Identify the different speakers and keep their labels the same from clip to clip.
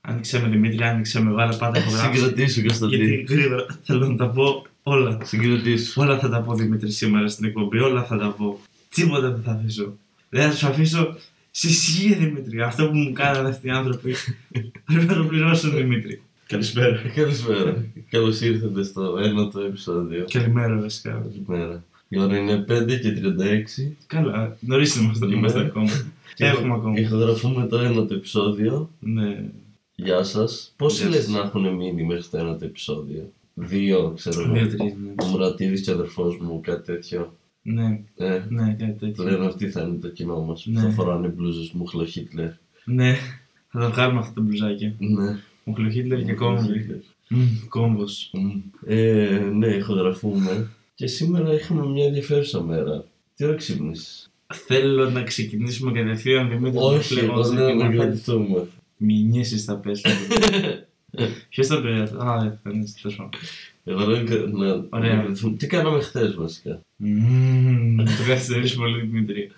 Speaker 1: άνοιξε με Δημήτρη, άνοιξε με βάλε πάντα ηχογράφηση.
Speaker 2: Συγκροτήσου, Κωνσταντίνε.
Speaker 1: γιατί γρήγορα θέλω να τα πω όλα.
Speaker 2: Συγκροτήσου.
Speaker 1: Όλα θα τα πω Δημήτρη σήμερα στην εκπομπή, όλα θα τα πω. Τίποτα δεν θα αφήσω. Δεν θα σου αφήσω. Σε ισχύει Δημήτρη, αυτό που μου κάνανε αυτοί οι άνθρωποι. Πρέπει να το πληρώσουν Δημήτρη. Καλησπέρα.
Speaker 2: Καλησπέρα. Καλώς ήρθατε στο ένατο επεισόδιο.
Speaker 1: Καλημέρα βασικά.
Speaker 2: Καλησπέρα. Η ώρα είναι 5 και 36.
Speaker 1: Καλά, νωρίς είμαστε,
Speaker 2: Ναι.
Speaker 1: είμαστε ακόμα.
Speaker 2: Και
Speaker 1: Έχουμε ακόμα.
Speaker 2: Ηχογραφούμε το ένατο επεισόδιο.
Speaker 1: Ναι.
Speaker 2: Γεια σας. Πόσοι
Speaker 1: Γεια
Speaker 2: λε
Speaker 1: σας.
Speaker 2: να έχουν μείνει μέχρι το ένατο επεισόδιο. Δύο, ξέρω
Speaker 1: Δύο,
Speaker 2: εγώ.
Speaker 1: τρεις, ναι.
Speaker 2: Ο Μουρατίδης και ο αδερφός μου, κάτι τέτοιο.
Speaker 1: Ναι,
Speaker 2: Ε,
Speaker 1: ναι, κάτι τέτοιο.
Speaker 2: λένε αυτοί θα είναι το κοινό μας.
Speaker 1: Ναι.
Speaker 2: Θα φοράνε μπλούζες μου, χλοχίτλερ.
Speaker 1: Ναι, θα τα βγάλουμε αυτά τα μπλουζάκια.
Speaker 2: Ναι.
Speaker 1: Μουχλο Χίτλερ και κόμβι.
Speaker 2: Hitler.
Speaker 1: Μμμ, Κόμβος.
Speaker 2: Μμμ. Ε, ναι, ηχογραφούμε. Και σήμερα είχαμε μια ενδιαφέρουσα μέρα. Τι ώρα ξύπνησες?
Speaker 1: Θέλω να ξεκινήσουμε κατευθείαν Δημήτρη.
Speaker 2: Όχι,
Speaker 1: Λέω,
Speaker 2: εγώ
Speaker 1: δεν
Speaker 2: λέω να
Speaker 1: θα-
Speaker 2: κρατηθούμε.
Speaker 1: Μηνύσεις θα πέσουν. Ποιος θα πεις αυτό. Α, δεν θα είναι τόσο.
Speaker 2: Εγώ λέω να- να να
Speaker 1: Ωραία.
Speaker 2: κρατηθούμε. Τι κάναμε χθες βασικά.
Speaker 1: Μμμ, Το καθυστερείς πολύ Δημήτρη.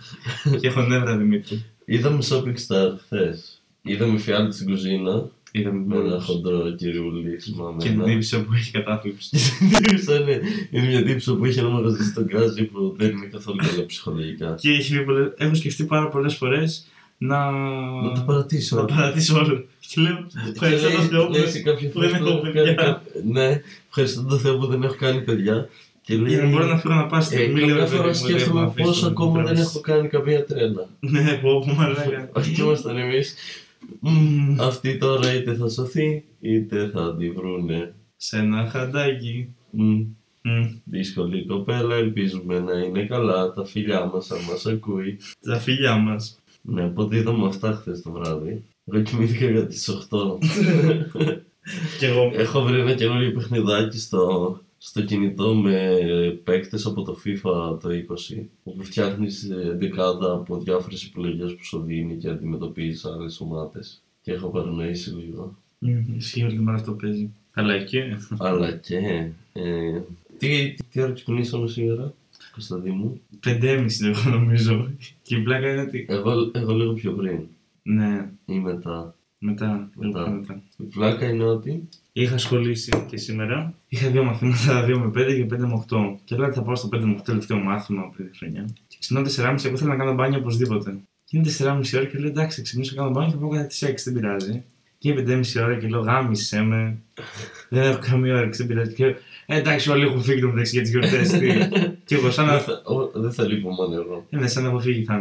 Speaker 1: Και έχω νεύρα Δημήτρη.
Speaker 2: Είδαμε shopping star χθες. Είδαμε φιάλτη στην κουζίνα
Speaker 1: Είδαμε
Speaker 2: με ένα
Speaker 1: μόνος.
Speaker 2: χοντρό κυριούλι. θυμάμαι,
Speaker 1: Και την
Speaker 2: ένα-
Speaker 1: τύπησα που έχει κατάθλιψη.
Speaker 2: Και την τύψα, ναι. Είναι μια τύψα που είχε ένα μαγαζί στον Γκάζι που δεν είναι καθόλου καλά ψυχολογικά.
Speaker 1: Και έχει πει πολλές- έχω σκεφτεί πάρα πολλές φορές να...
Speaker 2: Να το παρατήσω.
Speaker 1: να παρατήσω όλο. Και λέω, ευχαριστώ τον Θεό που
Speaker 2: Λέει σε κάποιο
Speaker 1: που δεν
Speaker 2: φίλο
Speaker 1: έχω
Speaker 2: που
Speaker 1: παιδιά.
Speaker 2: κάνει κάποιο- Ναι, ευχαριστώ τον Θεό που δεν έχω κάνει παιδιά. Και λέει,
Speaker 1: Για να μπορώ να φύγω να πάω στη
Speaker 2: ε,
Speaker 1: στιγμή, λέω,
Speaker 2: καμιά
Speaker 1: «Ρε παιδί
Speaker 2: φορά
Speaker 1: μου, δεν με
Speaker 2: σκέφτομαι
Speaker 1: αφήσετε
Speaker 2: πώς
Speaker 1: να
Speaker 2: ακόμα δεν
Speaker 1: προχωρήσω».
Speaker 2: έχω κάνει καμία τρέλα.
Speaker 1: Ναι, πω, πω, μαλάκα.
Speaker 2: Όχι και ήμασταν εμείς.
Speaker 1: Μμμ.
Speaker 2: Αυτή τώρα είτε θα σωθεί, είτε θα τη βρούνε.
Speaker 1: Σε ένα χαντάκι.
Speaker 2: Μμ.
Speaker 1: Μμ.
Speaker 2: Δύσκολη κοπέλα, ελπίζουμε να είναι καλά. Τα φιλιά μας αν μας ακούει.
Speaker 1: Τα φίλια μας.
Speaker 2: Ναι, οπότε είδαμε αυτά χθες το βράδυ. Εγώ κοιμήθηκα για τις 8.
Speaker 1: Και εγώ.
Speaker 2: Έχω βρει ένα καινούριο παιχνιδάκι στο, στο κινητό με παίκτες από το FIFA το 20 όπου φτιάχνεις ε, δεκάδα από διάφορες επιλογές που σου δίνει και αντιμετωπίζεις άλλες ομάδες και έχω παρανοήσει λίγο
Speaker 1: Μμ, Ισχύει όλη τη μέρα αυτό παίζει. Αλλά και.
Speaker 2: αλλά και... Ε, τι, τι, τι ώρα ξυπνήσαμε σήμερα Κωνσταντί μου
Speaker 1: Πεντέμιση εγώ νομίζω. Και η πλάκα είναι ότι.
Speaker 2: εγώ, εγώ λίγο πιο πριν
Speaker 1: Ναι,
Speaker 2: ή μετά
Speaker 1: μετά. λίγο
Speaker 2: Μετά.
Speaker 1: μετά.
Speaker 2: η πλάκα είναι ότι
Speaker 1: Είχα ασχολήσει και σήμερα. Είχα δύο μαθήματα, 2 με 5 και 5 με 8. Και έλεγα ότι θα πάω στο 5 με 8 τελευταίο μάθημα πριν τη χρονιά. Και ξυπνάω 4,5 εγώ θέλω να κάνω μπάνιο οπωσδήποτε. Και είναι 4,5 ώρα και λέω εντάξει, ξυπνήσω κάνω μπάνιο και πάω κατά τι 6, δεν πειράζει. Και είναι 5,5 ώρα και λέω γάμισε με. δεν έχω καμία όρεξη, δεν πειράζει. Και λέω, «Ε, εντάξει, όλοι έχουν φύγει το μεταξύ για τις γιορτές. και εγώ σαν
Speaker 2: δεν
Speaker 1: να
Speaker 2: θα, ο- δεν θα λείπω μόνο εγώ
Speaker 1: ναι, σαν να έχω φύγει θα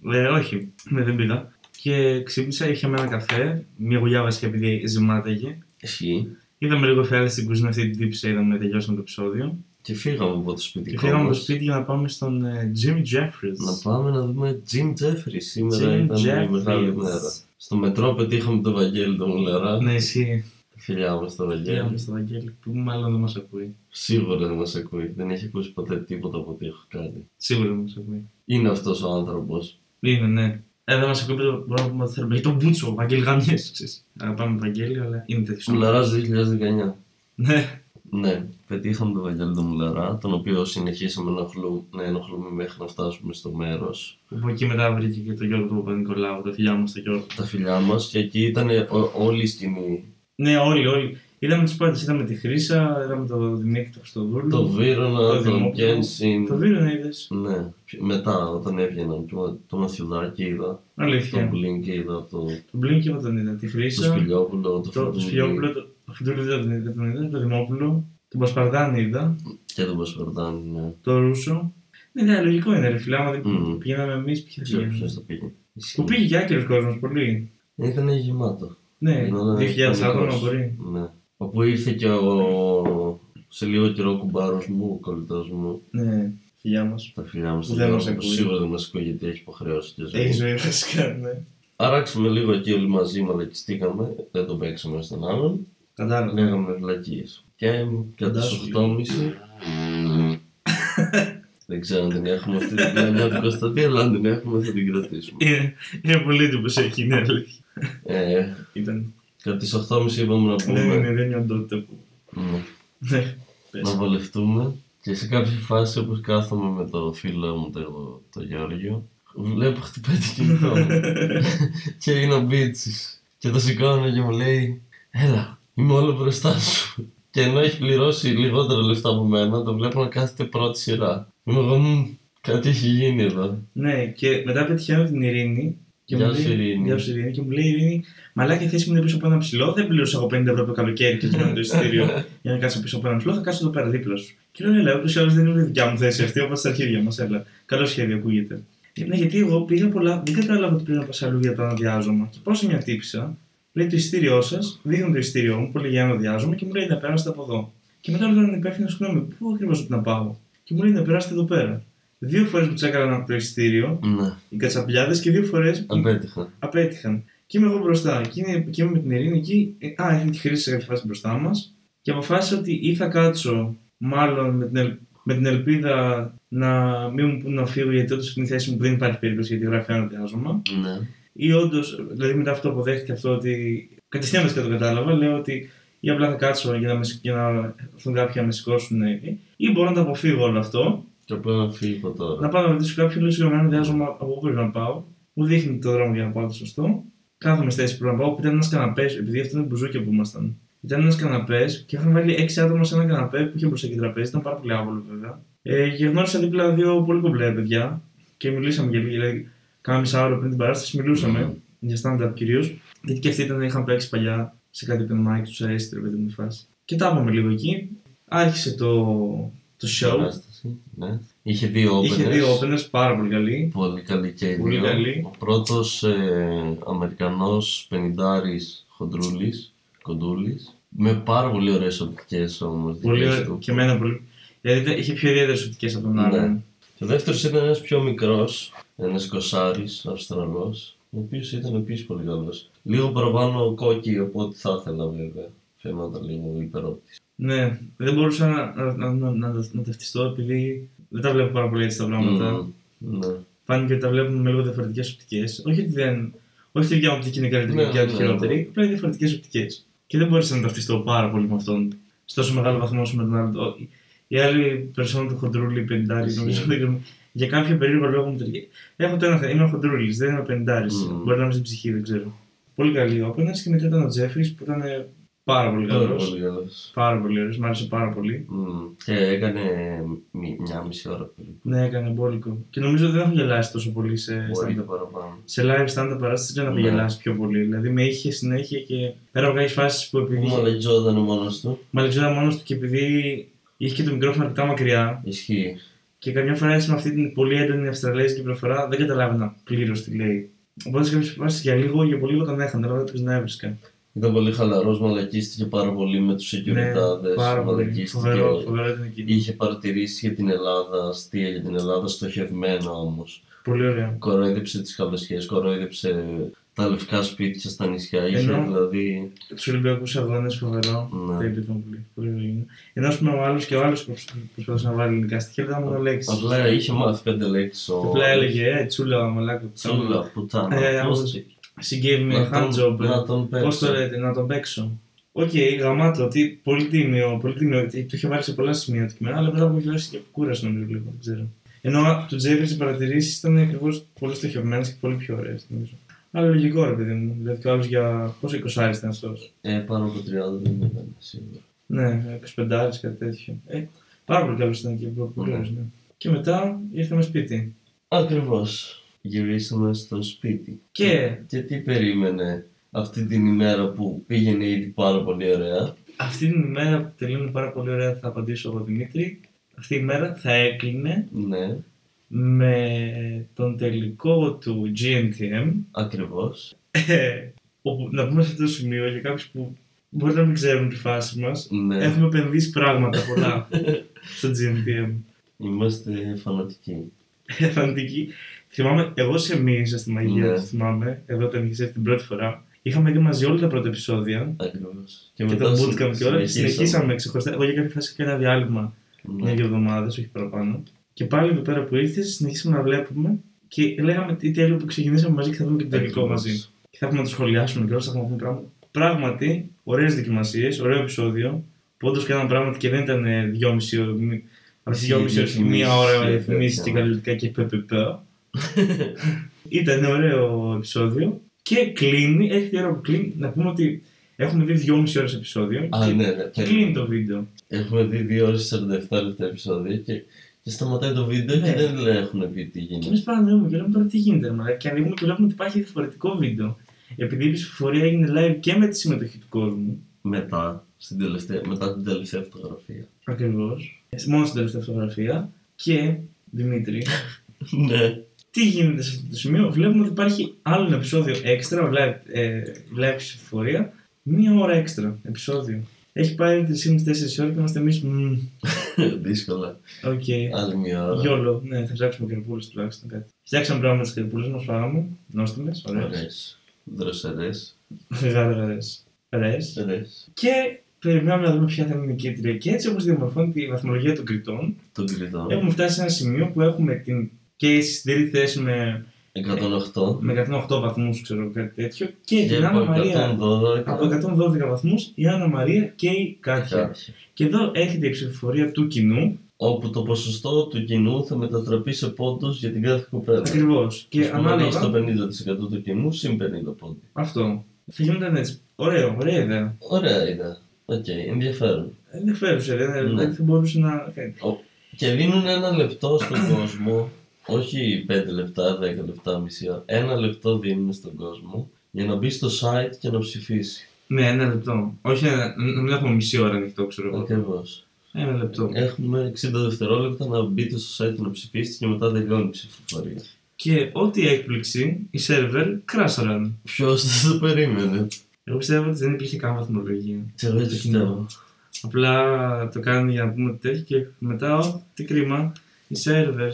Speaker 1: είναι. Ε, όχι, ναι, δεν πήγα. Και ξύπνησα, είχε με ένα καφέ, μια γουλιά βασικά επειδή ζυμάταγε.
Speaker 2: ισχύει
Speaker 1: Είδαμε λίγο φιάλη στην κουζίνα αυτή την τύψη, είδαμε τελειώσαμε το επεισόδιο.
Speaker 2: και φύγαμε από το σπιτικό
Speaker 1: Και φύγαμε από το
Speaker 2: μας.
Speaker 1: σπίτι για να πάμε στον ε, Jimmy
Speaker 2: Να
Speaker 1: Jeffries.
Speaker 2: πάμε να δούμε Jim Jeffries. Σήμερα
Speaker 1: Jim
Speaker 2: ήταν
Speaker 1: Jeffries.
Speaker 2: η μεγάλη μέρα. Στο μετρό πετύχαμε τον Βαγγέλη τον Μουλερά.
Speaker 1: Ναι, εσύ.
Speaker 2: Φιλιά μας τον
Speaker 1: Πήγαμε
Speaker 2: Βαγγέλη.
Speaker 1: στο Βαγγέλη που μάλλον δεν μας ακούει.
Speaker 2: Σίγουρα δεν μας ακούει. Δεν έχει ακούσει ποτέ τίποτα από ό,τι έχω κάνει.
Speaker 1: Σίγουρα δεν μας ακούει.
Speaker 2: Είναι αυτός ο άνθρωπος.
Speaker 1: Είναι, ναι. Ε, δεν μας ακούει, πείτε, μπορούμε να πούμε ότι θέλουμε. Για τον Μπούτσο, ο Βαγγέλη Γαμιέ. Αγαπάμε τον Βαγγέλη, αλλά είναι τέτοιος.
Speaker 2: Μουλεράς 2019.
Speaker 1: Ναι,
Speaker 2: Ναι, πετύχαμε τον Βαγγέλη τον Μουλερά, τον οποίο συνεχίσαμε να, χλου- να ενοχλούμε μέχρι να φτάσουμε στο μέρος.
Speaker 1: από εκεί μετά βρήκε και τον Γιώργο του Παπα-Νικολάου, τα φιλιά μου στον Γιώργο.
Speaker 2: Τα φιλιά μας και εκεί ήταν ό- όλη η σκηνή.
Speaker 1: Ναι, όλοι, όλοι. Είδαμε του πάντε. Είδαμε τη Χρήσα, είδαμε το Δημήτρη τον Χρυστοδούλου.
Speaker 2: Το
Speaker 1: Το
Speaker 2: Βύρονα, τον
Speaker 1: Δημόπουλο.
Speaker 2: Κένσιν.
Speaker 1: Το Βύρο να είδες.
Speaker 2: Ναι, Πιο- μετά όταν έβγαιναν, το, το Μαθιουδάκι είδα, τον
Speaker 1: Αλήθεια.
Speaker 2: Μπλίνκ είδα, το,
Speaker 1: Το Μπλίνκι όταν είδα. Τη
Speaker 2: το
Speaker 1: Χρήσα.
Speaker 2: Σπηλιόπουλο, το,
Speaker 1: Το, το
Speaker 2: Φροντίδη
Speaker 1: Σπιλιόπουλο, το, το Φιντούλη δεν τον είδα, δεν τον είδα, το Δημόπουλο, τον Πασπαρδάνη είδα,
Speaker 2: και τον Πασπαρδάνη, ναι.
Speaker 1: το Ρούσο. Ναι, ναι, λογικό είναι, ρε φιλά, άμα δεν
Speaker 2: Μμμ.
Speaker 1: πηγαίναμε εμείς, ποιος
Speaker 2: Δεν
Speaker 1: θα
Speaker 2: ξέρω
Speaker 1: πήγαινε.
Speaker 2: ποιος το πήγε.
Speaker 1: Που πήγε και άκυρο κόσμος, πολύ.
Speaker 2: Ε, Ήταν γεμάτο.
Speaker 1: Ναι,
Speaker 2: Γινόταν
Speaker 1: 2.000 άτομα
Speaker 2: πανικός.
Speaker 1: μπορεί.
Speaker 2: Ναι. Όπου ήρθε και ο... σε λίγο καιρό ο κουμπάρος μου, ο κολλητός μου,
Speaker 1: Ναι, φιλιά μας.
Speaker 2: τα φιλιά μου στον
Speaker 1: Δεν μας
Speaker 2: Γιώργο, που
Speaker 1: ακούει.
Speaker 2: σίγουρα δεν μας ακούει γιατί έχει υποχρεώσει και ζωή.
Speaker 1: Έχει ζωή, βασικά, ναι.
Speaker 2: Αράξαμε λίγο εκεί όλοι μαζί, μαλακιστήκαμε, δεν το παίξαμε στον άλλον.
Speaker 1: Κατάλαβα.
Speaker 2: Λέγαμε βλακίες. Και κατά
Speaker 1: Φαντάζομαι.
Speaker 2: τι 8.30. Δεν ξέρω αν την έχουμε αυτή την πλανιά του Κωνσταντή, αλλά αν την έχουμε θα την κρατήσουμε.
Speaker 1: Είναι, είναι πολύ εντυπωσιακή, ναι, αλήθεια.
Speaker 2: Ε,
Speaker 1: Ήταν.
Speaker 2: κατά τι 8.30 είπαμε
Speaker 1: Ναι,
Speaker 2: να
Speaker 1: ναι,
Speaker 2: πούμε.
Speaker 1: ναι, δεν είναι οντότητα που.
Speaker 2: ναι,
Speaker 1: Ναι, πες.
Speaker 2: Να βολευτούμε. Και σε κάποια φάση όπως κάθομαι με το φίλο μου, το, το Γιώργιο, βλέπω
Speaker 1: Ναι.
Speaker 2: χτυπάει το κινητό μου. και είναι ο Μπίτσης. Και το σηκώνω και μου λέει Έλα, είμαι όλο μπροστά σου. Και ενώ έχει πληρώσει λιγότερα λεφτά από μένα, το βλέπω να κάθεται πρώτη σειρά. Είμαι εγώ, «Μμμ, κάτι έχει γίνει εδώ.
Speaker 1: Ναι, και μετά πετυχαίνω την Ειρήνη. Και
Speaker 2: Γεια
Speaker 1: μου
Speaker 2: σου,
Speaker 1: λέει-
Speaker 2: Ειρήνη.
Speaker 1: Γεια σου, Ειρήνη. Και μου λέει η Ειρήνη, μαλάκα η θέση μου είναι πίσω από ένα ψηλό. Δεν πλήρωσα εγώ 50 ευρώ το καλοκαίρι και τσιμένο το εισιτήριο για να κάτσω πίσω από ένα ψηλό. Θα κάτσω εδώ πέρα δίπλα σου. Και λέω, Ελά, ούτως ή άλλως δεν είναι δικιά μου θέση αυτή, όπως στα αρχίδια μας. Έλα. Καλό σχέδιο, ακούγεται. Και ναι, γιατί εγώ πήγα πολλά, δεν κατάλαβα ότι πρέπει να πα αλλού για το αναδιάζωμα. Και πάω σε μια τύψα, λέει το εισιτήριό σας, δείχνω το εισιτήριό μου που λέει για αναδιάζωμα και μου λέει να περάσετε από εδώ. Και μετά λέω υπεύθυνος, συγγνώμη, πού ακριβώς να πάω. Και μου λέει να περάσετε εδώ πέρα. Δύο φορές μου τσέκαναν το εισιτήριο
Speaker 2: ναι,
Speaker 1: οι κατσαπλιάδες και δύο φορές
Speaker 2: απέτυχα.
Speaker 1: απέτυχαν. Και είμαι εγώ μπροστά. Και, είναι, και είμαι με την Ειρήνη εκεί. Ε, Α, έχει τη χρήση σε κάποια φάση μπροστά μας. Και αποφάσισα ότι ή θα κάτσω, μάλλον με την, ελ- με την ελπίδα να μην μου πούν να φύγω, γιατί όντως στην θέση μου δεν υπάρχει περίπτωση γιατί γράφει ένα διάζωμα.
Speaker 2: Ναι.
Speaker 1: Ή όντως, δηλαδή μετά αυτό που δέχτηκε αυτό ότι. Κατευθείαν βασικά το κατάλαβα, λέω ότι ή απλά θα κάτσω για να, μες, σ- για να έρθουν κάποιοι να με σηκώσουν, ε, ή μπορώ να το αποφύγω όλο αυτό.
Speaker 2: Και απλά να φύγω τώρα.
Speaker 1: Να πάω να ρωτήσω κάποιον, λέω συγγνώμη, αν βιάζομαι από πού πρέπει να πάω. Μου δείχνει το δρόμο για να πάω το σωστό. Κάθομαι στη θέση που πρέπει να πάω. που Ήταν ένας καναπές, επειδή αυτό είναι μπουζούκια που ήμασταν. Ήταν ένας καναπές και είχαν βάλει έξι άτομα σε ένα καναπέ που είχε μπροστά και τραπέζι. Ήταν πάρα πολύ άβολο βέβαια. Ε, και γνώρισα δίπλα δύο πολύ κομπλέ παιδιά και μιλήσαμε για δηλαδή, κάνα μισά ώρα πριν την παράσταση. Μιλούσαμε για stand-up κυρίως. Γιατί και αυτοί ήταν, είχαν παίξει παλιά σε κάτι open mic, τους αρέσει τρεπέζι μου η φάση. Και τα είπαμε λίγο εκεί. Άρχισε το, το show.
Speaker 2: Παράσταση, Ναι. Είχε δύο openers.
Speaker 1: Είχε δύο openers πάρα πολύ καλοί.
Speaker 2: Πολύ καλή και οι
Speaker 1: Πολύ
Speaker 2: δύο.
Speaker 1: καλή.
Speaker 2: Ο πρώτος ε, Αμερικανός πενιντάρης χοντρούλης, κοντούλης. Με πάρα πολύ ωραίες οπτικές όμως
Speaker 1: Πολύ
Speaker 2: δικές
Speaker 1: ω-
Speaker 2: του.
Speaker 1: και εμένα πολύ. Δηλαδή ήταν- είχε πιο ιδιαίτερες οπτικές από τον άλλον.
Speaker 2: Ναι. Και ο δεύτερος ήταν ένας πιο μικρός, ένας κοσάρης, Αυστραλός, ο οποίος ήταν επίσης πολύ καλός. Λίγο παραπάνω κόκκι από ό,τι θα ήθελα βέβαια. Φαίνονταν λίγο υπερόπτης.
Speaker 1: Ναι, δεν μπορούσα να, να, να, να, να, να ταυτιστώ επειδή δεν τα βλέπω πάρα πολύ έτσι τα πράγματα.
Speaker 2: Μμμ, Ναι.
Speaker 1: Φάνηκε ότι τα βλέπουμε με λίγο διαφορετικές οπτικές. Όχι ότι δεν. Όχι ότι η δικιά μου οπτική είναι καλύτερη και η
Speaker 2: Ναι,
Speaker 1: δικιά του
Speaker 2: ναι,
Speaker 1: χειρότερη, απλά είναι διαφορετικές οπτικές. Και δεν μπορούσα να ταυτιστώ πάρα πολύ με αυτόν σε τόσο μεγάλο βαθμό όσο με τον άλλο. Ο- Η άλλη περσόνα του χοντρούλη, πεντάρι,
Speaker 2: Ισχύει.
Speaker 1: νομίζω. δεν ξέρω, Για κάποιο περίεργο λόγο μου ταιριάζει. Έχω το ένα θέμα. Είμαι χοντρούλης, δεν είμαι πεντάρι.
Speaker 2: Μμμ.
Speaker 1: Μπορεί να είμαι στην ψυχή, δεν ξέρω. Πολύ καλή όπερα και μετά ήταν ο Τζέφρι που ήταν ε, πάρα πολύ
Speaker 2: Πάρα
Speaker 1: καλός.
Speaker 2: πολύ καλός.
Speaker 1: Πάρα πολύ ωραίο, μ' άρεσε πάρα πολύ.
Speaker 2: Μμμ. Και έκανε μι- μια μισή ώρα περίπου.
Speaker 1: Ναι, έκανε μπόλικο. Και νομίζω δεν έχω γελάσει τόσο πολύ σε
Speaker 2: Μπορεί
Speaker 1: stand-up
Speaker 2: και παραπάνω.
Speaker 1: σε live stand-up παράσταση δεν έχω
Speaker 2: Ναι.
Speaker 1: γελάσει πιο πολύ. Δηλαδή με είχε συνέχεια και πέρα από κάποιες φάσεις που επειδή.
Speaker 2: Ναι. Μαλατζόταν μόνος του.
Speaker 1: Μαλαιτζόταν μόνος του και επειδή είχε και το μικρόφωνο αρκετά μακριά
Speaker 2: Ισχύει.
Speaker 1: και καμιά φορά έτσι με αυτή την πολύ έντονη αυστραλέζικη προφορά δεν καταλάβαινα πλήρως τι λέει. Οπότε σε κάποιες φάσεις για λίγο, για πολύ λίγο τον έχανα, αλλά δεν τους να έβρισκα.
Speaker 2: Ήταν πολύ χαλαρός, μαλακίστηκε πάρα πολύ με τους securities,
Speaker 1: Ναι, πάρα πολύ.
Speaker 2: μαλακίστηκε.
Speaker 1: Φοβερό, φοβερό ήταν εκείνο.
Speaker 2: Είχε παρατηρήσει για την Ελλάδα, αστεία για την Ελλάδα, στοχευμένα όμως.
Speaker 1: Πολύ ωραίο.
Speaker 2: Κοροϊδέψε τις καλοσχές, κοροϊδέψε τα λευκά σπίτια στα νησιά, είχε
Speaker 1: Ενώ-
Speaker 2: δηλαδή...
Speaker 1: Τους Ολυμπιακούς Αγώνες, φοβερό.
Speaker 2: Ναι.
Speaker 1: Δεν ήταν πολύ. Πολύ ωραίο. Ενώ ας πούμε ο άλλος και ο άλλος που προσπαθούσε να βάλει ελληνικά στοιχεία ήταν μονολέξει.
Speaker 2: Απλά είχε μάθει πέντε λέξεις ο...
Speaker 1: Απλά έλεγε ε, τσούλα, μαλάκα.
Speaker 2: Τσούλα,
Speaker 1: Ε,
Speaker 2: πουτάνα, πούστηκε.
Speaker 1: She gave me a
Speaker 2: Να
Speaker 1: hand
Speaker 2: τον-
Speaker 1: job.
Speaker 2: να τον
Speaker 1: Πώς το
Speaker 2: παίξω.
Speaker 1: λέτε, να τον παίξω. Οκ, γαμάτο, τι, πολύ τίμιο, πολύ τίμιο. τι- Το είχε βάλει σε πολλά σημεία το κείμενο, αλλά μετά μου είχε βάλει και από κούραση νομίζω λίγο, δεν ξέρω. Ενώ α, του Τζέφρι οι παρατηρήσεις ήταν ακριβώς πολύ στοχευμένες και πολύ πιο ωραίες, νομίζω. Αλλά λογικό ρε παιδί μου. Δηλαδή ο άλλος για πόσο 20 ήταν αυτός.
Speaker 2: Ε, πάνω από 30 δεν ήταν σίγουρα.
Speaker 1: Ναι, 25 κάτι τέτοιο. Ε, πάρα πολύ καλός ήταν και πολύ
Speaker 2: Ναι.
Speaker 1: ωραίος, ναι. Και μετά ήρθαμε σπίτι.
Speaker 2: Ακριβώς. Γυρίσαμε στο σπίτι.
Speaker 1: Και
Speaker 2: Και τι περίμενε αυτή την ημέρα που πήγαινε ήδη πάρα πολύ ωραία.
Speaker 1: Αυτή την ημέρα που τελειώνει πάρα πολύ ωραία θα απαντήσω εγώ Δημήτρη. Αυτή η μέρα θα έκλεινε
Speaker 2: Ναι,
Speaker 1: με τον τελικό του GNTM.
Speaker 2: ακριβώς.
Speaker 1: Ε, όπου, να πούμε σε αυτό το σημείο για κάποιους που μπορεί να μην ξέρουν τη φάση μας.
Speaker 2: Ναι,
Speaker 1: Έχουμε επενδύσει πράγματα πολλά στο GNTM.
Speaker 2: είμαστε φανατικοί.
Speaker 1: Ε, Φαντική. Θυμάμαι, εγώ σε μίλησα στη μαγεία,
Speaker 2: Ναι.
Speaker 1: το θυμάμαι, εδώ όταν είχε έρθει την πρώτη φορά. Είχαμε δει μαζί όλα τα πρώτα επεισόδια
Speaker 2: Ακριβώς.
Speaker 1: και τα
Speaker 2: συ-
Speaker 1: bootcamp και όλα.
Speaker 2: συνεχίσαμε.
Speaker 1: Συνεχίσαμε ξεχωριστά. Εγώ για κάποια φάση είχα ένα διάλειμμα μια
Speaker 2: Ναι.
Speaker 1: δύο εβδομάδες, όχι παραπάνω. Και πάλι εδώ πέρα που ήρθες, συνεχίσαμε να βλέπουμε και λέγαμε τι τέλειο που ξεκινήσαμε μαζί και θα δούμε και το τελικό
Speaker 2: Ακριβώς.
Speaker 1: μαζί. Και θα έχουμε να το σχολιάσουμε και όλα, θα έχουμε να πούμε πράγματα. Πράγματι, ωραίες δοκιμασίες, ωραίο επεισόδιο. Που όντως κάναμε πράγματα και δεν ήταν ε, δυόμιση ώρες. Από τι
Speaker 2: Ισχύει,
Speaker 1: δυόμιση ώρε,
Speaker 2: διαφημίσεις
Speaker 1: μία ώρα
Speaker 2: και
Speaker 1: διαφημίσει και
Speaker 2: τέτοια.
Speaker 1: καλλιτικά και πππ. ήταν ωραίο επεισόδιο. Και κλείνει, έχει την ώρα που κλείνει, να πούμε ότι Έχουμε δει 2,5 ώρες επεισόδιο.
Speaker 2: Α,
Speaker 1: και
Speaker 2: ναι, ναι. Και
Speaker 1: Κλείνει το βίντεο.
Speaker 2: Έχουμε δει 2 ώρες 47 λεπτά επεισόδια και, και σταματάει το βίντεο
Speaker 1: Ναι.
Speaker 2: και δεν λέ- έχουν πει τι
Speaker 1: Και
Speaker 2: γίνεται.
Speaker 1: εμεί παρανοούμε και λέμε τώρα τι γίνεται. Μα και ανοίγουμε και βλέπουμε ότι υπάρχει διαφορετικό βίντεο. Επειδή η ψηφοφορία έγινε live και με τη συμμετοχή του κόσμου.
Speaker 2: Μετά, στην τελευταία, μετά την τελευταία φωτογραφία.
Speaker 1: Ακριβώς. Μόνο στην τελευταία φωτογραφία. Και Δημήτρη,
Speaker 2: ναι.
Speaker 1: τι γίνεται σε αυτό το σημείο. Βλέπουμε ότι υπάρχει άλλο ένα επεισόδιο έξτρα, live, ε, live ψηφοφορία. Μία ώρα έξτρα επεισόδιο. Έχει πάει 3,5-4 ώρες και είμαστε εμείς.
Speaker 2: Δύσκολα.
Speaker 1: Οκ.
Speaker 2: Άλλη μια ώρα.
Speaker 1: Γιόλο, ναι, θα φτιάξουμε κερπούλε τουλάχιστον κάτι. Φτιάξαμε πράγματα στι κερπούλε μας, φάγαμε. Νόστιμε, ωραίες.
Speaker 2: Ωραίες. Δροσερές.
Speaker 1: Γάλα Ωραίες.
Speaker 2: Ωραίες.
Speaker 1: Και περιμένουμε να δούμε ποια θα είναι η νικήτρια. Και έτσι όπως διαμορφώνεται η βαθμολογία των κριτών,
Speaker 2: Τον κριτό.
Speaker 1: έχουμε φτάσει σε ένα σημείο που έχουμε την Case στη τρίτη θέση με,
Speaker 2: 108.
Speaker 1: με 108 βαθμούς, ξέρω κάτι τέτοιο. Και
Speaker 2: Και
Speaker 1: την Άννα ε, Μαρία.
Speaker 2: από 112.
Speaker 1: Από 112 βαθμούς η Άννα Μαρία και η Κάτια.
Speaker 2: Κάποια.
Speaker 1: Και εδώ έρχεται η ψηφοφορία του κοινού.
Speaker 2: Όπου το ποσοστό του κοινού θα μετατραπεί σε πόντους για την κάθε κουπέλα.
Speaker 1: Ακριβώς. Και
Speaker 2: Ας πούμε, αν έχεις
Speaker 1: ανάλογα.
Speaker 2: το 50% του κοινού, συν 50 πόντου.
Speaker 1: Αυτό. Θα γινόταν έτσι. Ωραίο, ωραία ιδέα.
Speaker 2: Ωραία είναι. Οκ, ενδιαφέρον.
Speaker 1: Ενδιαφέρουσε, δεν δεν-
Speaker 2: Ναι.
Speaker 1: δεν θα μπορούσε να κάνει.
Speaker 2: Και δίνουν ένα λεπτό στον κόσμο, όχι 5 λεπτά, 10 λεπτά, μισή ώρα. Ένα λεπτό δίνουν στον κόσμο για να μπει στο site και να ψηφίσει.
Speaker 1: Ναι, ένα λεπτό. Όχι, ένα- να μην έχουμε μισή ώρα ανοιχτό, ξέρω εγώ.
Speaker 2: Ακριβώς.
Speaker 1: Ένα λεπτό.
Speaker 2: Έχουμε 60 δευτερόλεπτα να μπείτε στο site και να ψηφίσετε και μετά τελειώνει η ψηφοφορία.
Speaker 1: Και ό,τι έκπληξη, οι σερβερ κράσαραν.
Speaker 2: Ποιος δεν το περίμενε.
Speaker 1: Εγώ πιστεύω ότι δεν υπήρχε καν βαθμολογία.
Speaker 2: Ξέρω, έτσι πιστεύω.
Speaker 1: Απλά το κάνουν για να πούμε ότι τέτοιο και μετά, ό, τι κρίμα. Οι σερβερ.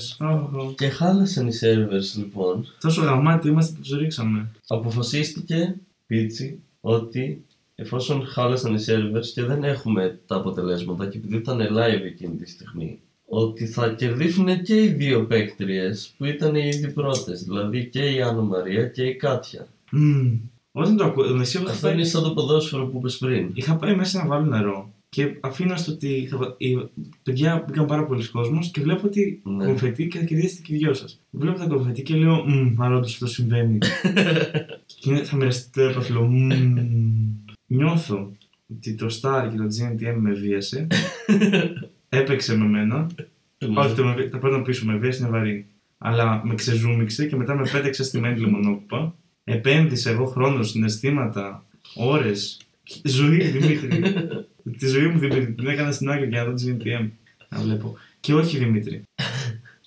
Speaker 2: Και χάλασαν οι servers λοιπόν.
Speaker 1: Τόσο γαμάτι είμαστε που τους ρίξαμε.
Speaker 2: αποφασίστηκε πίτσι ότι εφόσον χάλασαν οι servers και δεν έχουμε τα αποτελέσματα και επειδή ήταν live εκείνη τη στιγμή ότι θα κερδίσουν και οι δύο παίκτριες που ήταν οι ήδη πρώτες δηλαδή και η Άννα Μαρία και η Κάτια
Speaker 1: Μμμ. Όταν το ακούω, εσύ είχα
Speaker 2: Αυτό
Speaker 1: πάει,
Speaker 2: είναι σαν το ποδόσφαιρο που είπες πριν
Speaker 1: είχα πάει μέσα να βάλω νερό. Και αφήνω στο ότι. είχα- οι- Παιδιά μπήκαν πάρα πολλοί κόσμος και βλέπω ότι
Speaker 2: Ναι.
Speaker 1: κομφετή και θα κερδίσετε και οι δυο σας. Βλέπω τα κομφετή και λέω Μμ, μάλλον όντως αυτό συμβαίνει. και είναι- θα μοιραστείτε το έπαθλο. «Μμμ». Νιώθω ότι το Star και το GNTM με βίασε. Έπαιξε με μένα. Όχι, το με, βί- τα παίρνω πίσω, με βίασε είναι βαρύ. Αλλά με ξεζούμιξε και μετά με πέταξε στη μένη λεμονόκουπα. Επένδυσα εγώ χρόνος, συναισθήματα, ώρες. Ζωή, Δημήτρη. Τη ζωή μου, Δημήτρη, την έκανα στην άκρη για να δω το GNTM. Να βλέπω. Και όχι Δημήτρη.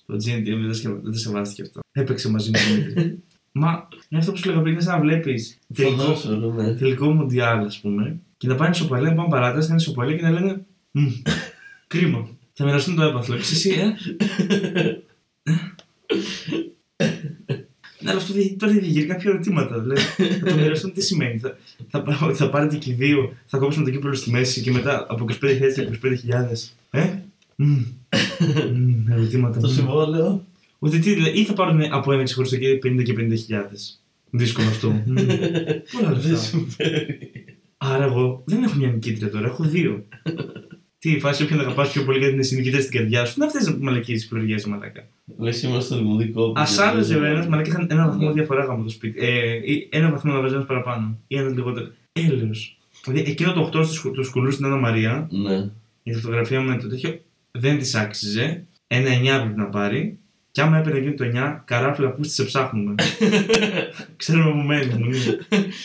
Speaker 1: το GNTM δεν τα σκεφ- δεν τα σεβάστηκε αυτό. Έπαιξε μαζί με Δημήτρη. Μα είναι αυτό που σου λέγα πριν, είναι σαν να βλέπεις τελικό,
Speaker 2: Ποδόσφαιρο, ναι.
Speaker 1: τελικό μοντιάλ, ας πούμε, και να πάνε σοπαλία, να πάνε παράταση, να είναι σοπαλία και να λένε «Μμ, Κρίμα. Θα μοιραστούν το έπαθλο. Και εσύ, ε. Ναι, αλλά αυτό δι- τώρα δημιουργεί κάποια ερωτήματα. Δηλαδή, θα το μοιραστούν τι σημαίνει. Θα, θα, πα- θα πάρετε και οι δύο, θα κόψουμε το κύπελο στη μέση και μετά από 25.000 και 25.000. Ε? Μμμ. Μμμ, ερωτήματα.
Speaker 2: Το
Speaker 1: μμμ.
Speaker 2: συμβόλαιο
Speaker 1: Ότι τι, δηλαδή, ή θα πάρουν από ένα ξεχωριστό και 50 και 50.000. Δύσκολο αυτό. Μμμ.
Speaker 2: Ναι.
Speaker 1: Πολλά
Speaker 2: δεν
Speaker 1: λεφτά.
Speaker 2: συμβαίνει
Speaker 1: Άρα εγώ δεν έχω μια νικήτρια τώρα, έχω δύο. Τι η φάση, όποιον αγαπάς πιο πολύ γιατί είναι συνικητέ στην καρδιά σου, να αυτέ που μαλακεί τι πληροφορίε μαλακά.
Speaker 2: Λες είμαστε στο δημοτικό που
Speaker 1: Ας άλλαζε ο
Speaker 2: κερδίζουμε.
Speaker 1: ένας, μαλακά είχαν ένα βαθμό
Speaker 2: Ναι.
Speaker 1: διαφορά γάμο το σπίτι. Ε, ή ένα βαθμό να βάζεις ένας παραπάνω ή ένα λιγότερο. Έλεος. Δηλαδή εκείνο το 8 του, σκου- του σκουλού στην Άννα Μαρία,
Speaker 2: Ναι,
Speaker 1: η φωτογραφία μου με το τέτοιο, δεν της άξιζε. Ένα 9 έπρεπε να πάρει. Και άμα έπαιρνε εκείνο το 9, καράφλα που σε ψάχνουμε. Ξέρουμε που μένεις, μου λέει. Θα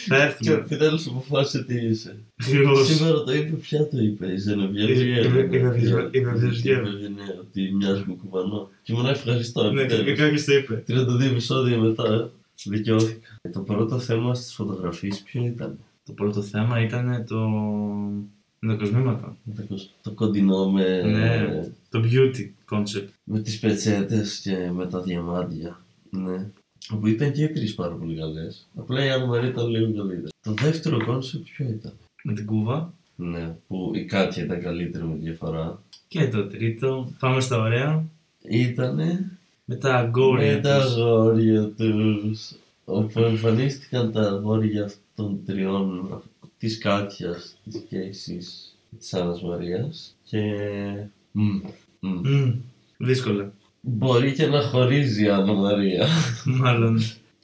Speaker 2: και
Speaker 1: έρθουμε.
Speaker 2: επιτέλους αποφάσισε τι είσαι
Speaker 1: Ακριβώς.
Speaker 2: Σήμερα το είπε, ποια το είπε, η Ζενεβιέρα.
Speaker 1: Η- η- η- η- η- η- η-
Speaker 2: Ότι μοιάζει με κουβανό. Και ήμουν ευχαριστώ.
Speaker 1: Ναι,
Speaker 2: επιτέλους.
Speaker 1: κάποιος το είπε.
Speaker 2: 32 επεισόδια μετά ε, δικαιώθηκα. Το πρώτο θέμα στις φωτογραφίες ποιο ήταν.
Speaker 1: Το πρώτο θέμα ήταν το. με τα κοσμήματα.
Speaker 2: Το κοσ- Το κοντινό με,
Speaker 1: Ναι. Το beauty concept.
Speaker 2: με τις πετσέτες και με τα διαμάντια. Ναι. Όπου ήταν και οι τρεις πάρα πολύ καλές. Απλά η Άννα Μαρία ήταν λίγο καλύτερη. Το δεύτερο κόνσεπτ ποιο ήταν.
Speaker 1: Με την κούβα.
Speaker 2: Ναι, που η Κάτια ήταν καλύτερη με διαφορά.
Speaker 1: Και το τρίτο. Πάμε στα ωραία.
Speaker 2: Ήτανε
Speaker 1: Με τα αγκόρια.
Speaker 2: Με τα
Speaker 1: τους.
Speaker 2: αγόρια τους. Όπου εμφανίστηκαν τα αγόρια αυτών των τριών της Κάτιας, της Κέιση, της Άννας Μαρίας. Και. Μμμ, μμμ.
Speaker 1: Μμμ. Δύσκολα.
Speaker 2: Μπορεί και να χωρίζει η Άννα Μαρία.
Speaker 1: Μάλλον.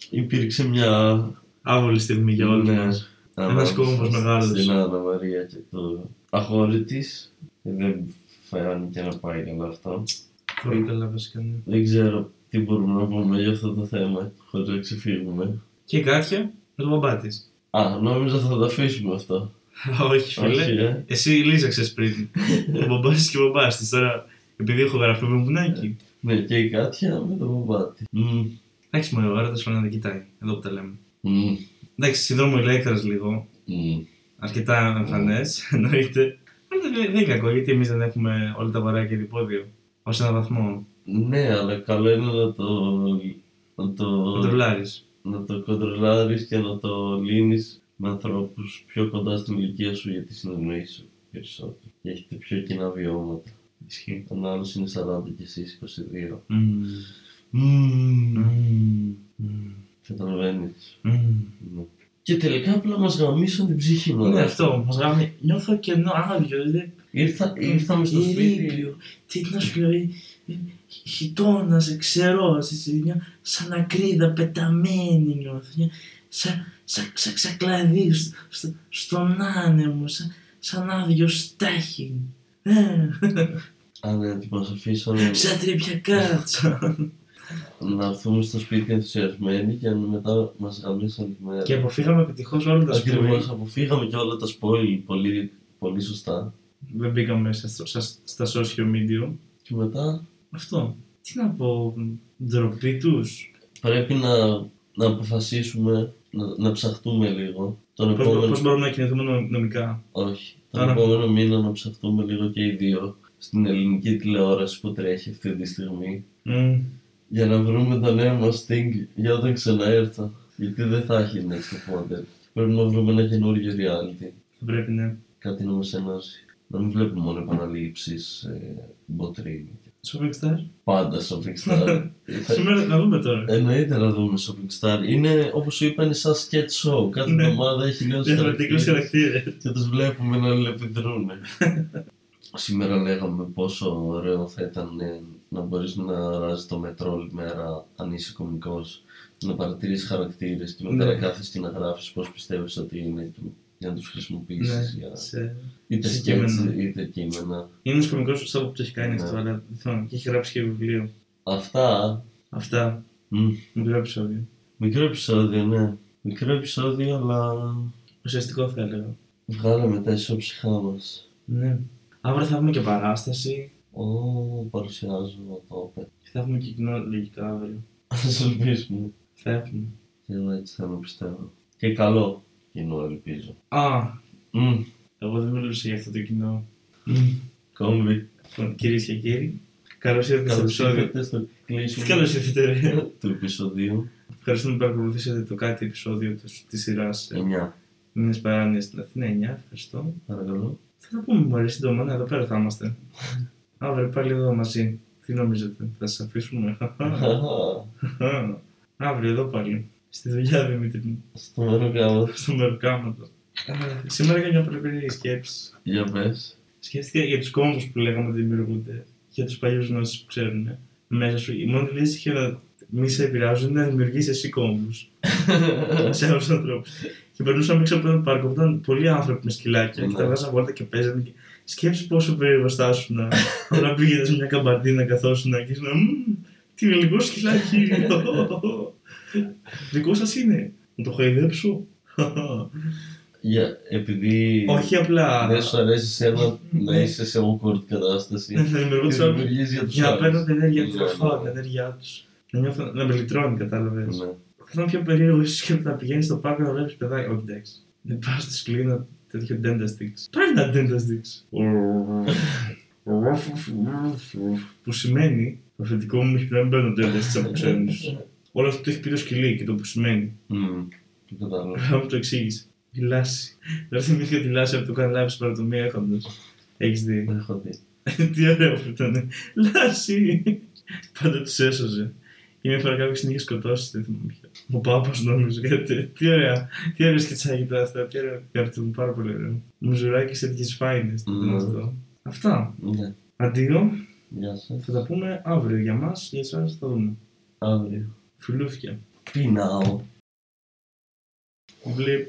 Speaker 2: Υπήρξε μια.
Speaker 1: Άβολη στιγμή για όλους
Speaker 2: Ναι.
Speaker 1: μας. Ένας κόμβος μεγάλος.
Speaker 2: Στην Άννα Μαρία και το αγόρι της. Δεν φάνηκε να πάει καλά αυτό.
Speaker 1: Πολύ καλά βασικά. ναι.
Speaker 2: Δεν ξέρω τι μπορούμε να πούμε για αυτό το θέμα χωρίς να ξεφύγουμε.
Speaker 1: Και η Κάτια με τον μπαμπά της.
Speaker 2: Α, νόμιζα θα το αφήσουμε αυτό.
Speaker 1: Όχι, φίλε.
Speaker 2: Όχι, ε.
Speaker 1: Εσύ λύσαξε πριν. ο μπαμπάς και ο μπαμπάς της. Τώρα, επειδή έχω γραφεί με μπουνάκι.
Speaker 2: Ναι, και η Κάτια με το μπαμπάτι. Μμμ.
Speaker 1: Εντάξει, μου ώρα τέλο να δεν κοιτάει. Εδώ που τα λέμε.
Speaker 2: Μμμ.
Speaker 1: Εντάξει, συνδρόμο ηλέκτρας λίγο.
Speaker 2: Μμμ.
Speaker 1: Αρκετά εμφανές, εννοείται. Αλλά δεν- δεν είναι κακό, γιατί εμείς δεν έχουμε όλα τα βαράκια διπόδιο. Ως έναν βαθμό.
Speaker 2: Ναι, αλλά καλό είναι να το. Να το,
Speaker 1: Κοντρολάρι.
Speaker 2: να το κοντρολάρεις και να το λύνεις με ανθρώπους πιο κοντά στην ηλικία σου γιατί συνεννοείς σου περισσότερο. Και έχετε πιο κοινά βιώματα.
Speaker 1: Ισχύει.
Speaker 2: Αν άλλο είναι 40 και εσείς 22.
Speaker 1: Μμμ.
Speaker 2: Mm.
Speaker 1: Μμμ. ναι. Μμμ.
Speaker 2: Καταλαβαίνεις.
Speaker 1: Μμμ.
Speaker 2: Ναι. Και τελικά απλά μας γαμίσαν την ψυχή μας.
Speaker 1: Ναι, αυτό μας γάμει. Νιώθω κενό, άδειο. δεν-
Speaker 2: Ήρθα,
Speaker 1: Ε,
Speaker 2: ήρθαμε στο σπίτι.
Speaker 1: Ερήπιο. Τι να σου λέω, χιτώνα, ξέρω, μια σαν ακρίδα πεταμένη νιώθω. μια Σαν, σαν, σαν ξακλαδί σ- σ- στον άνεμο, σαν, σαν άδειο στάχι. Ε,
Speaker 2: Α, ναι, ότι μας αφήσανε
Speaker 1: σαν τρίπια κάτσα.
Speaker 2: να έρθουμε στο σπίτι ενθουσιασμένοι και μετά μας γαμίσαν τη μέρα.
Speaker 1: Και ε. αποφύγαμε επιτυχώς όλα τα
Speaker 2: Ακριβώς,
Speaker 1: σπίτια.
Speaker 2: αποφύγαμε και όλα τα spoil πολύ, πολύ σωστά.
Speaker 1: Δεν μπήκαμε στα, στα- στα social media.
Speaker 2: Και μετά
Speaker 1: Αυτό. Τι να πω, ντροπή τους.
Speaker 2: πρέπει να, να αποφασίσουμε να, να ψαχτούμε λίγο. Τον επόμενο,
Speaker 1: Πώς μπορούμε να κινηθούμε νο- νομικά.
Speaker 2: όχι, τον
Speaker 1: Άρα.
Speaker 2: επόμενο μήνα να ψαχτούμε λίγο και οι δύο στην ελληνική τηλεόραση που τρέχει αυτή τη στιγμή
Speaker 1: Μμμ.
Speaker 2: για να βρούμε το νέο μας thing για όταν ξαναέρθω. Γιατί δεν θα έχει next fodder. Πρέπει να βρούμε ένα καινούριο reality.
Speaker 1: Θα πρέπει ναι. να.
Speaker 2: Κάτι να μας ενώσει. Να μην βλέπουμε μόνο επαναλήψεις, ε, μποτρίνι.
Speaker 1: Shopping Star.
Speaker 2: Πάντα shopping star. Ε, Θα- Ε,
Speaker 1: Σήμερα να δούμε τώρα.
Speaker 2: Εννοείται να δούμε Shopping Star. Είναι όπως σου είπα, είναι σαν sketch show. Κάθε
Speaker 1: Ναι.
Speaker 2: εβδομάδα έχει νέους
Speaker 1: Διαφορετικούς χαρακτήρες.
Speaker 2: και τους βλέπουμε να αλληλεπιδρούν. Σήμερα λέγαμε πόσο ωραίο θα ήταν ε, να μπορείς να ράζεις το μετρό όλη μέρα αν είσαι κωμικός, να παρατηρήσεις χαρακτήρες και μετά
Speaker 1: Ναι.
Speaker 2: να κάθεσαι και να γράφεις πώς πιστεύεις ότι είναι και για να τους χρησιμοποιήσεις για
Speaker 1: Ναι, σε-
Speaker 2: είτε
Speaker 1: σε
Speaker 2: σκέψει
Speaker 1: κείμενα.
Speaker 2: είτε κείμενα.
Speaker 1: Είναι ένας κωμικό που που το έχει κάνει
Speaker 2: Ναι.
Speaker 1: αυτό, αλλά δεν θυμάμαι. Και έχει γράψει και βιβλίο.
Speaker 2: Αυτά.
Speaker 1: Αυτά.
Speaker 2: μ,
Speaker 1: Μικρό επεισόδιο.
Speaker 2: Μικρό επεισόδιο, ναι. Μικρό επεισόδιο, αλλά
Speaker 1: Ουσιαστικό θα έλεγα.
Speaker 2: Βγάλαμε τα ισόψυχά μας.
Speaker 1: Ναι. Αύριο θα έχουμε και παράσταση.
Speaker 2: Ω, παρουσιάζω το όπερ.
Speaker 1: Και θα έχουμε και κοινό λογικά αύριο.
Speaker 2: Α ελπίσουμε.
Speaker 1: Θα έχουμε.
Speaker 2: Και εγώ έτσι θέλω να πιστεύω. Και καλό κοινό, ελπίζω.
Speaker 1: Α,
Speaker 2: Μμ,
Speaker 1: εγώ δεν μιλούσα για αυτό το κοινό.
Speaker 2: κόμβι.
Speaker 1: Λοιπόν, κυρίες και κύριοι, καλώς ήρθατε στο
Speaker 2: Καλώς
Speaker 1: επεισόδιο.
Speaker 2: ήρθατε στο
Speaker 1: Τι
Speaker 2: κλείσιμο
Speaker 1: καλώς ήρθατε, ρε.
Speaker 2: του επεισοδίου
Speaker 1: Ευχαριστούμε που παρακολουθήσατε το κάτι επεισόδιο της σειρά
Speaker 2: 9.
Speaker 1: Μήνε Παράνοια ε, στην Αθήνα 9. Ευχαριστώ.
Speaker 2: Παρακαλώ.
Speaker 1: Θα τα πούμε μωρέ σύντομα, ναι, εδώ πέρα θα είμαστε. Αύριο πάλι εδώ μαζί. Τι νομίζετε, θα σας αφήσουμε. Αύριο εδώ πάλι. Στη δουλειά Δημήτρη,
Speaker 2: Στο μέρο κάνω.
Speaker 1: στο μεροκάματο. Ε, Σήμερα έκανα μια πολύ περίεργη σκέψη.
Speaker 2: Για πες.
Speaker 1: Σκέφτηκα για τους κόμβους που λέγαμε ότι δημιουργούνται, για τους παλιούς γνώστε που ξέρουν. Μέσα σου, η μόνη λύση είχε να μη σε επηρεάζουν είναι να δημιουργήσει εσύ κόμβους σε άλλους ανθρώπους. Και περνούσαμε έξω από ένα πάρκο που ήταν πολλοί άνθρωποι με σκυλάκια και
Speaker 2: Ναι.
Speaker 1: τα βγάζαν βόλτα και παίζανε. Και σκέψου πόσο περίεργο θα σου να, να πήγαινες σε μια καμπαρτίνα καθόσουν και να. «Μμμ, Τι γλυκό σκυλάκι! Δικό σας είναι. Να το χαϊδέψω.
Speaker 2: Για, επειδή
Speaker 1: Όχι απλά.
Speaker 2: δεν σου αρέσει σένα να είσαι σε awkward κατάσταση.
Speaker 1: Να δημιουργώ
Speaker 2: Τι
Speaker 1: τους άλλους.
Speaker 2: δημιουργείς για τους
Speaker 1: Για να παίρνω την ενέργεια του,
Speaker 2: Ναι,
Speaker 1: να φάω
Speaker 2: ναι.
Speaker 1: την ενέργειά τους. Να νιώθω να με λυτρώνει, κατάλαβες. Θα ήταν πιο περίεργο ίσως και να πηγαίνεις στο πάρκο να βλέπεις παιδάκι. Όχι, εντάξει. Δεν πας στη σκλή να τέτοιο denta sticks. Πάρε τα denta sticks. που σημαίνει το αφεντικό μου έχει πει να μην παίρνω denta sticks από ξένου. Όλο αυτό το έχεις πει το σκυλί και το που σημαίνει.
Speaker 2: Μμ, το κατάλαβα.
Speaker 1: Πρέπει να μου το εξήγησε. Η λάση. Δεν θυμήθηκα τη λάση από το κανάλι παρατομία έχοντας. Έχεις δει.
Speaker 2: Έχω δει.
Speaker 1: Τι ωραίο που ήταν. Λάση! Πάντα τους έσωζε. Και μια φορά κάποιος την είχε σκοτώσει, δεν θυμάμαι πια. Ο Πάπα νόμιζε κάτι. Τι ωραία. Τι ωραία σκετσάκι ήταν αυτά. Τι ωραία. Κάρτε μου πάρα πολύ ωραίο. Μουζουράκι σε τέτοιες φάινες. Τι ήταν
Speaker 2: Ναι.
Speaker 1: αυτό. Αυτά.
Speaker 2: Ναι.
Speaker 1: Αντίο.
Speaker 2: Γεια σας.
Speaker 1: Θα τα πούμε αύριο για μας. Για εσάς θα δούμε.
Speaker 2: Αύριο.
Speaker 1: Φιλούφια.
Speaker 2: Πεινάω.
Speaker 1: Βλέπει.